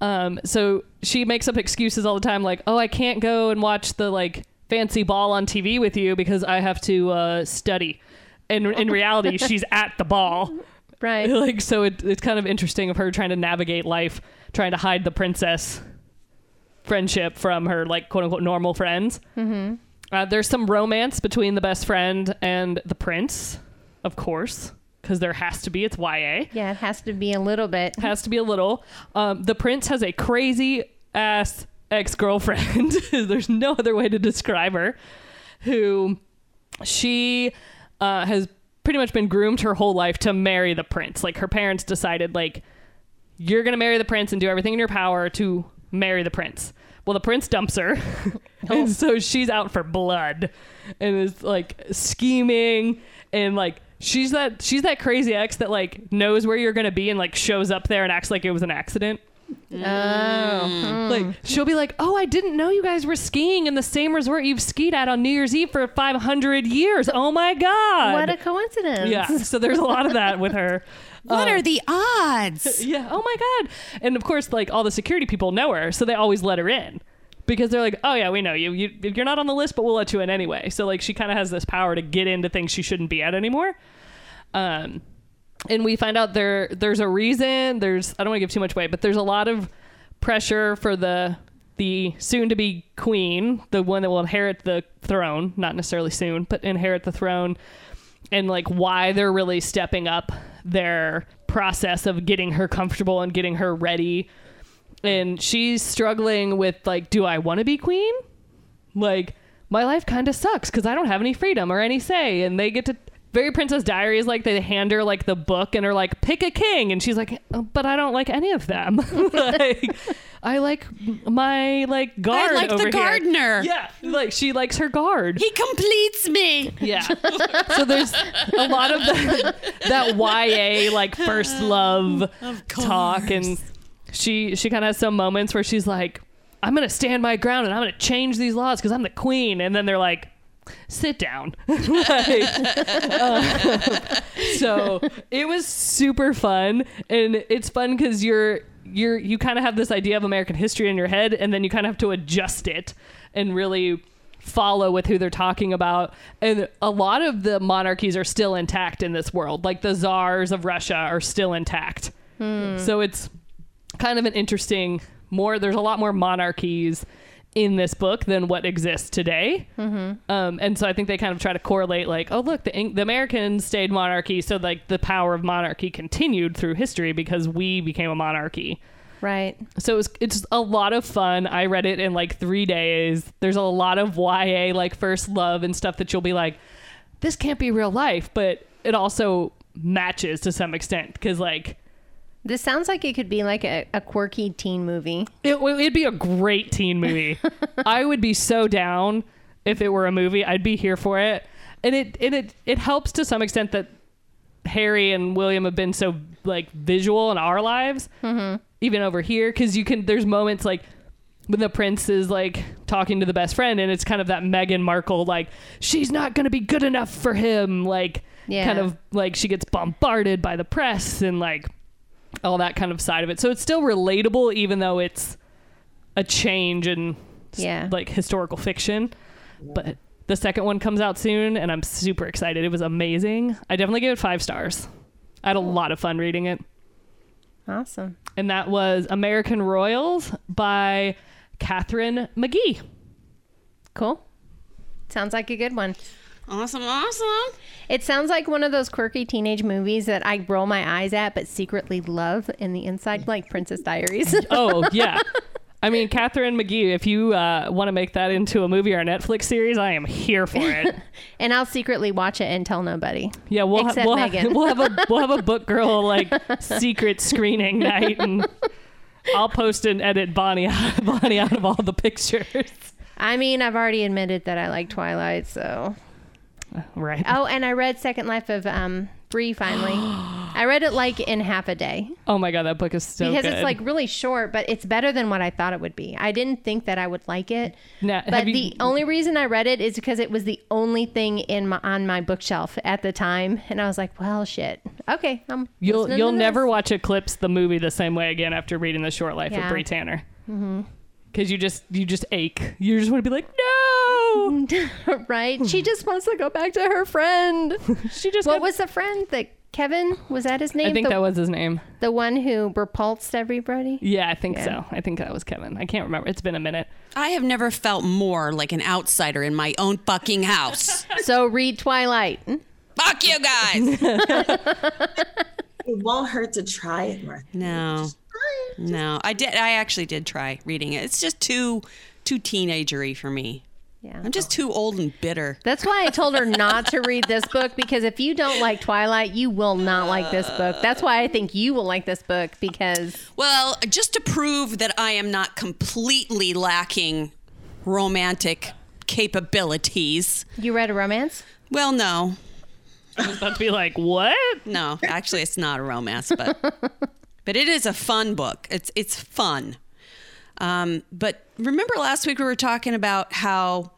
Um, so she makes up excuses all the time, like, oh, I can't go and watch the like fancy ball on TV with you because I have to uh, study. And in reality, she's at the ball. Right. Like, so it, it's kind of interesting of her trying to navigate life, trying to hide the princess friendship from her like quote unquote normal friends. Mm-hmm. Uh, there's some romance between the best friend and the prince, of course, because there has to be. It's YA Yeah, it has to be a little bit. has to be a little. Um, the prince has a crazy ass ex girlfriend. There's no other way to describe her. Who she uh, has pretty much been groomed her whole life to marry the prince. Like her parents decided, like you're gonna marry the prince and do everything in your power to marry the prince. Well, the prince dumps her, and so she's out for blood, and is like scheming and like she's that she's that crazy ex that like knows where you're gonna be and like shows up there and acts like it was an accident. Mm. Oh. Like she'll be like, "Oh, I didn't know you guys were skiing in the same resort you've skied at on New Year's Eve for 500 years. Oh my god!" What a coincidence. yeah. So there's a lot of that with her. What are the odds? Yeah. Oh my god. And of course, like all the security people know her, so they always let her in because they're like, "Oh yeah, we know you. you you're not on the list, but we'll let you in anyway." So like she kind of has this power to get into things she shouldn't be at anymore. Um, and we find out there there's a reason. There's I don't want to give too much away, but there's a lot of pressure for the the soon to be queen, the one that will inherit the throne, not necessarily soon, but inherit the throne and like why they're really stepping up their process of getting her comfortable and getting her ready. And she's struggling with like, do I want to be queen? Like, my life kind of sucks because I don't have any freedom or any say. And they get to very Princess Diaries like they hand her like the book and are like, pick a king, and she's like, "Oh, but I don't like any of them. like, I like my like guard. I like over the here." gardener. Yeah, like she likes her guard. He completes me. Yeah. so there's a lot of that, that YA like first love talk and she she kind of has some moments where she's like I'm going to stand my ground and I'm going to change these laws cuz I'm the queen and then they're like sit down. Like, uh, so it was super fun and it's fun cuz you're you're you kind of have this idea of American history in your head and then you kind of have to adjust it and really follow with who they're talking about. And a lot of the monarchies are still intact in this world. Like the czars of Russia are still intact. So it's kind of an interesting more there's a lot more monarchies in this book than what exists today um, and so i think they kind of try to correlate like oh look the, Eng- the americans stayed monarchy so like the power of monarchy continued through history because we became a monarchy Right. so it was, it's a lot of fun. I read it in like three days. There's a lot of YA, like first love and stuff that you'll be like, this can't be real life, but it also matches to some extent because like This sounds like it could be like a, a quirky teen movie. it, it'd be a great teen movie. I would be so down if it were a movie. I'd be here for it, and it and it it helps to some extent that Harry and William have been so like visual in our lives, even over here, because you can. There's moments like when the prince is like talking to the best friend, and it's kind of that Meghan Markle like she's not gonna be good enough for him, like Yeah. kind of like she gets bombarded by the press and like all that kind of side of it. So it's still relatable, even though it's a change in s- Yeah. like historical fiction. But the second one comes out soon, and I'm super excited. It was amazing. I definitely gave it five stars. I had a lot of fun reading it, Awesome. and that was American Royals by Catherine McGee. Cool. Sounds like a good one. Awesome, awesome. It sounds like one of those quirky teenage movies that I roll my eyes at but secretly love in the inside, like Princess Diaries. Oh yeah. I mean, Catherine McGee, if you uh, want to make that into a movie or a Netflix series, I am here for it. and I'll secretly watch it and tell nobody. Yeah, we'll ha- Except we'll, Megan. Have, we'll have a we'll have a book girl like secret screening night, and I'll post and edit Bonnie out, Bonnie out of all the pictures. I mean, I've already admitted that I like Twilight, so. Right. Oh, and I read Second Life of um, Bree finally. I read it like in half a day Oh my god, that book is so because good. it's like really short, but it's better than what I thought it would be. I didn't think that I would like it. Now, have But you- the only reason I read it is because it was the only thing in my on my bookshelf at the time, and I was like, "Well, shit. Okay, I'm you'll listening you'll to never this. watch Eclipse the movie the same way again after reading The Short Life of Yeah. Mm-hmm. Brie Tanner. Because you just you just ache. You just want to be like, Mm-hmm. no. right? She just wants to go back to her friend. She just. what got- was the friend that Kevin was that his name? I think the, that was his name. the one who repulsed everybody. Yeah, I think so. I think that was Kevin. I can't remember. It's been a minute. I have never felt more like an outsider in my own fucking house. So read Twilight. Fuck you guys. It won't hurt to try it, Martha. No. No. I did I actually did try reading it. It's just too too teenagery for me. Yeah. I'm just too old and bitter. That's why I told her not to read this book because if you don't like Twilight, you will not like this book. That's why I think you will like this book because Well, just to prove that I am not completely lacking romantic capabilities. you read a romance. Well, no. I was about to be like, what? No, actually, it's not a romance, but but it is a fun book. It's it's fun. Um, but remember last week we were talking about how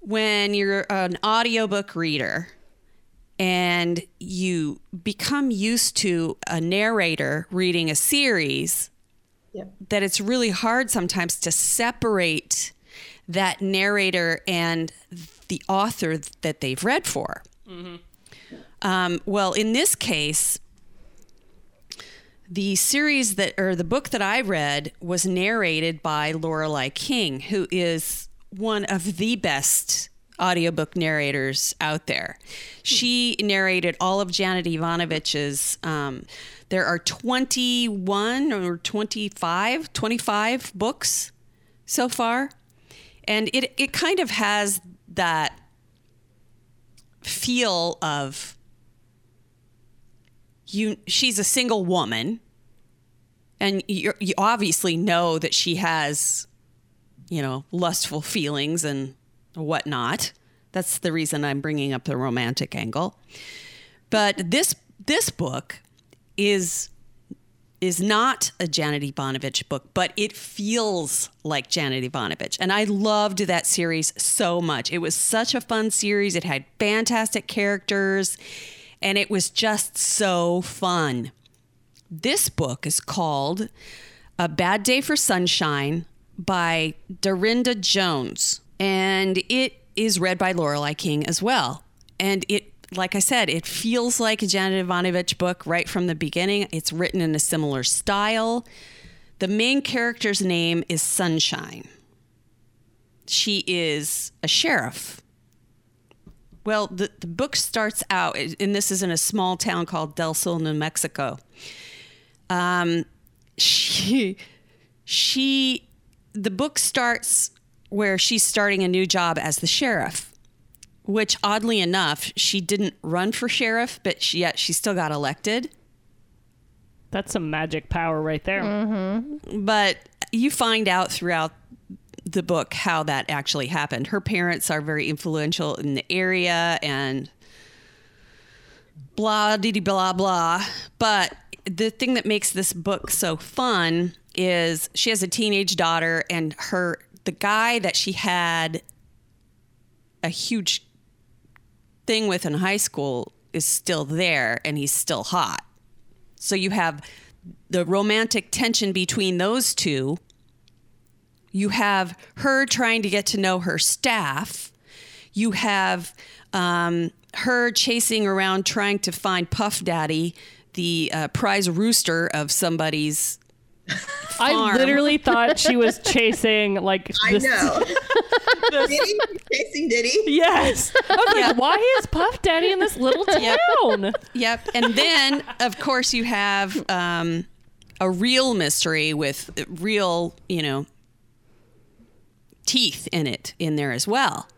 when you're an audiobook reader and you become used to a narrator reading a series, Yep. that it's really hard sometimes to separate that narrator and the author that they've read for. Um, well, in this case, the series that or the book that I read was narrated by Lorelei King, who is one of the best audiobook narrators out there. She narrated all of Janet Ivanovich's. Um, there are 21 or 25, 25 books so far. And it, it kind of has that feel of you she's a single woman and you you obviously know that she has you know lustful feelings and whatnot That's the reason I'm bringing up the romantic angle. But this this book is is not a Janet Ivanovich book, but it feels like Janet Ivanovich. And I loved that series so much. It was such a fun series. It had fantastic characters and it was just so fun. This book is called A Bad Day for Sunshine by Dorinda Jones. And it is read by Lorelei King as well. And it, like I said, it feels like a Janet Ivanovich book right from the beginning. It's written in a similar style. The main character's name is Sunshine. She is a sheriff. Well, the, the book starts out, and this is in a small town called Del Sol, New Mexico. Um, she, she the book starts where she's starting a new job as the sheriff, which oddly enough, she didn't run for sheriff, but she, yet she still got elected. That's some magic power right there. Mm-hmm. But you find out throughout the book how that actually happened. Her parents are very influential in the area and blah dee blah blah. But the thing that makes this book so fun is she has a teenage daughter and her the guy that she had a huge thing with in high school is still there and he's still hot. So you have the romantic tension between those two. You have her trying to get to know her staff. You have um, her chasing around trying to find Puff Daddy, the uh, prize rooster of somebody's. I farm. literally thought she was chasing like I this. know. Diddy, chasing Diddy. Yes. I was Yeah. like, why is Puff Daddy in this little town? Yep. And then, of course, you have um, a real mystery with real, you know, teeth in it in there as well.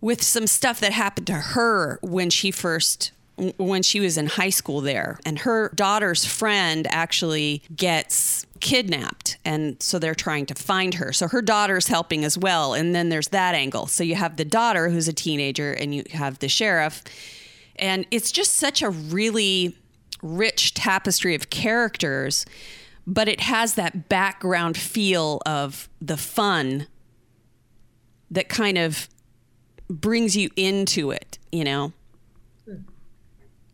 With some stuff that happened to her when she first when she was in high school there and her daughter's friend actually gets kidnapped and so they're trying to find her so her daughter's helping as well and then there's that angle so you have the daughter who's a teenager and you have the sheriff and it's just such a really rich tapestry of characters but it has that background feel of the fun that kind of brings you into it, you know.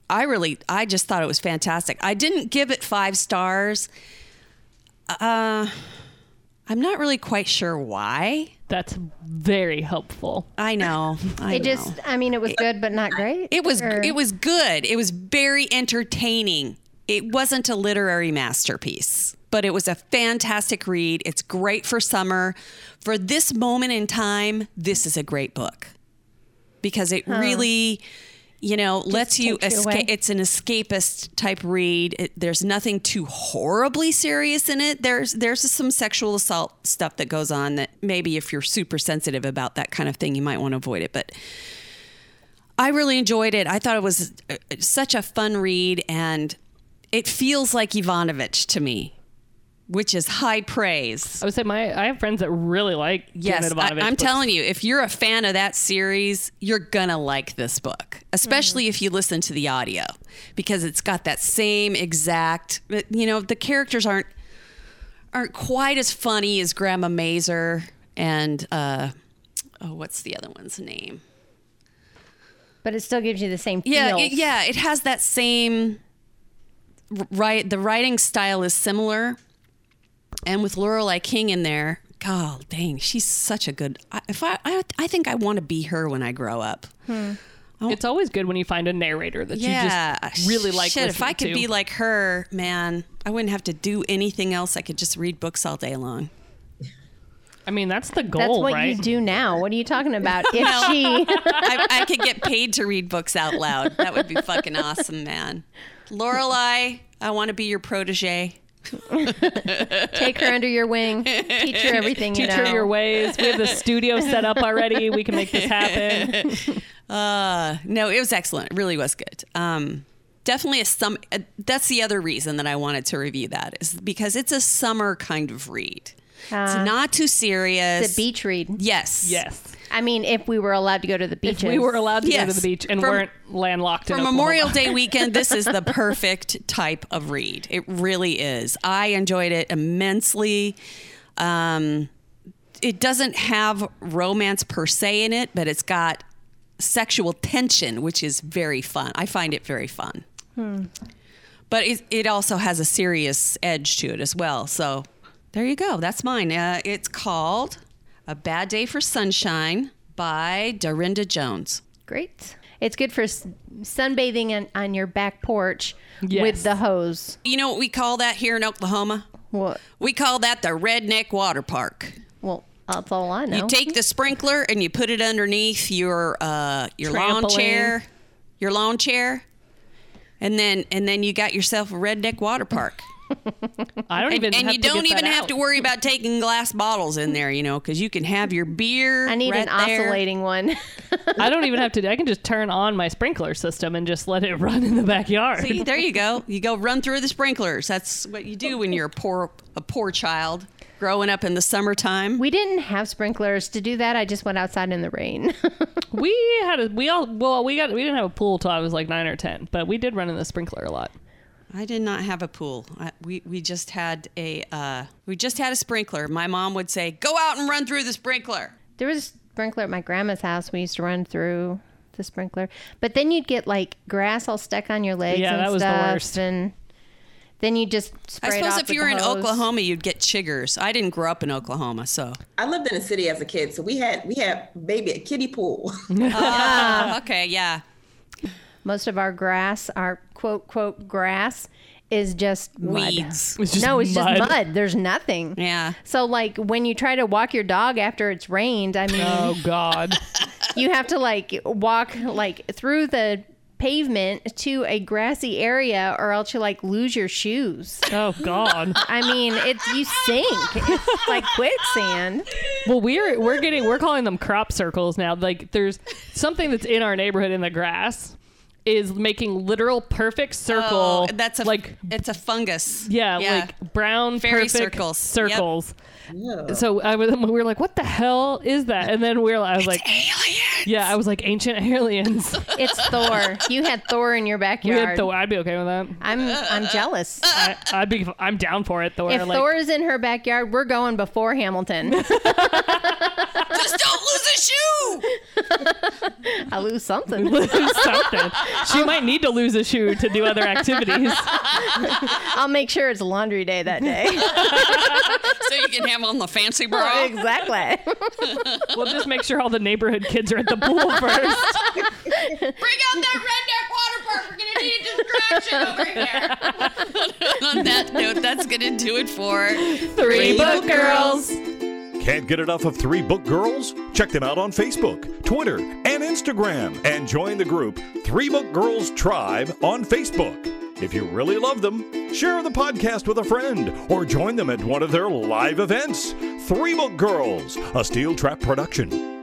I really I just thought it was fantastic. I didn't give it 5 stars. Uh I'm not really quite sure why. That's very helpful. I know. I It just, know. I mean, it was good, but not great. it was Or- it was good. It was very entertaining. It wasn't a literary masterpiece, but it was a fantastic read. It's great for summer. For this moment in time, this is a great book. Because it really, you know, lets you takes you away. escape. It's an escapist type read. It, there's nothing too horribly serious in it. There's there's some sexual assault stuff that goes on that maybe if you're super sensitive about that kind of thing, you might want to avoid it, but I really enjoyed it. I thought it was uh, such a fun read, and it feels like Ivanovich to me, which is high praise. I would say my I have friends that really like Yes, Janet I, Ivanovich am books. telling you, if you're a fan of that series, you're gonna like this book, especially if you listen to the audio, because it's got that same exact. uh, You know, the characters aren't aren't quite as funny as Grandma Mazer and uh, oh, what's the other one's name? but it still gives you the same Yeah, feel. it, yeah, it has that same r- right. The writing style is similar, and with Lorelai King in there, God dang, she's such a good. I, if I, I, I think I want to be her when I grow up. It's always good when you find a narrator that yeah, you just really like. Shit, if listening I could to. be like her, man, I wouldn't have to do anything else. I could just read books all day long. I mean, that's the goal, That's what right? you do now. What are you talking about? If she, I, I could get paid to read books out loud. That would be fucking awesome, man. Lorelai, I want to be your protege. take her under your wing, teach her everything Teach you know. her your ways. We have the studio set up already. We can make this happen. No, it was excellent. It really was good. Um, definitely a sum. Uh, that's the other reason that I wanted to review that is because it's a summer kind of read. it's not too serious. Uh, The beach read. Yes. Yes. I mean, if we were allowed to go to the beaches, we were allowed to go Yes. to the beach and From- weren't landlocked For in Memorial Oklahoma. Day weekend, this is the perfect type of read. It really is. I enjoyed it immensely. Um, it doesn't have romance per se in it, but it's got sexual tension, which is very fun. I find it very fun. But it, it also has a serious edge to it as well. So there you go. That's mine. Uh, it's called A Bad Day for Sunshine by Dorinda Jones. Great. It's good for s- sunbathing on, on your back porch Yes. with the hose. You know what we call that here in Oklahoma? What? We call that the redneck water park. Well, that's all I know. You take the sprinkler and you put it underneath your uh, your lawn Trampoline. chair, your lawn chair, and then and then you got yourself a redneck water park. I don't even and have you to don't get even that have out. to worry about taking glass bottles in there, you know, because you can have your beer. I need right an there. oscillating one. I don't even have to. I can just turn on my sprinkler system and just let it run in the backyard. See, there you go. You go run through the sprinklers. That's what you do when you're a poor a poor child growing up in the summertime. we didn't have sprinklers to do that. I just went outside in the rain. We had a we all well we got we didn't have a pool till I was like nine or ten, but we did run in the sprinkler a lot. I did not have a pool. I, we we just had a uh, we just had a sprinkler. My mom would say, "Go out and run through the sprinkler." there was a sprinkler at my grandma's house. We used to run through the sprinkler, but then you'd get like grass all stuck on your legs. Yeah, and that was the stuff, worst. And then you just spray I it suppose off if with you the were in hose. Oklahoma, you'd get chiggers. I didn't grow up in Oklahoma, so I lived in a city as a kid, so we had we had maybe a kiddie pool. Uh, Oh, okay, yeah. most of our grass, our quote quote grass, is just mud. Weeds. It's just no, it's mud. just mud. There's nothing. Yeah. So like when you try to walk your dog after it's rained, I mean, Oh God, you have to like walk like through the pavement to a grassy area or else you like lose your shoes. oh God. I mean, it's you sink. It's like quicksand. Well, we're we're getting we're calling them crop circles now. Like there's something that's in our neighborhood in the grass is making literal perfect circle. Oh, that's a like it's a fungus. yeah, like brown Fairy perfect circles. circles. Ew. So I was, we were like, what the hell is that? And then we were I was like, alien. yeah, I was like ancient aliens. It's Thor. You had Thor in your We backyard. had Thor. I'd be okay with that. I'm I'm jealous. I, I'd be I'm down for it. Thor. If like, Thor is in her backyard, we're going before Hamilton. Just don't lose a shoe. I lose something. lose something. She might need to lose a shoe to do other activities. I'll make sure it's laundry day that day. So you can have on the fancy bra. exactly. We'll just make sure all the neighborhood kids are at the pool first. Bring out that redneck water park. We're gonna need a distraction over here. On that note, that's gonna do it for Three Book Girls. Can't get enough of Three Book Girls? Check them out on Facebook, Twitter, and Instagram, and join the group Three Book Girls Tribe on Facebook. If you really love them, share the podcast with a friend or join them at one of their live events. Three Book Girls, a Steel Trap production.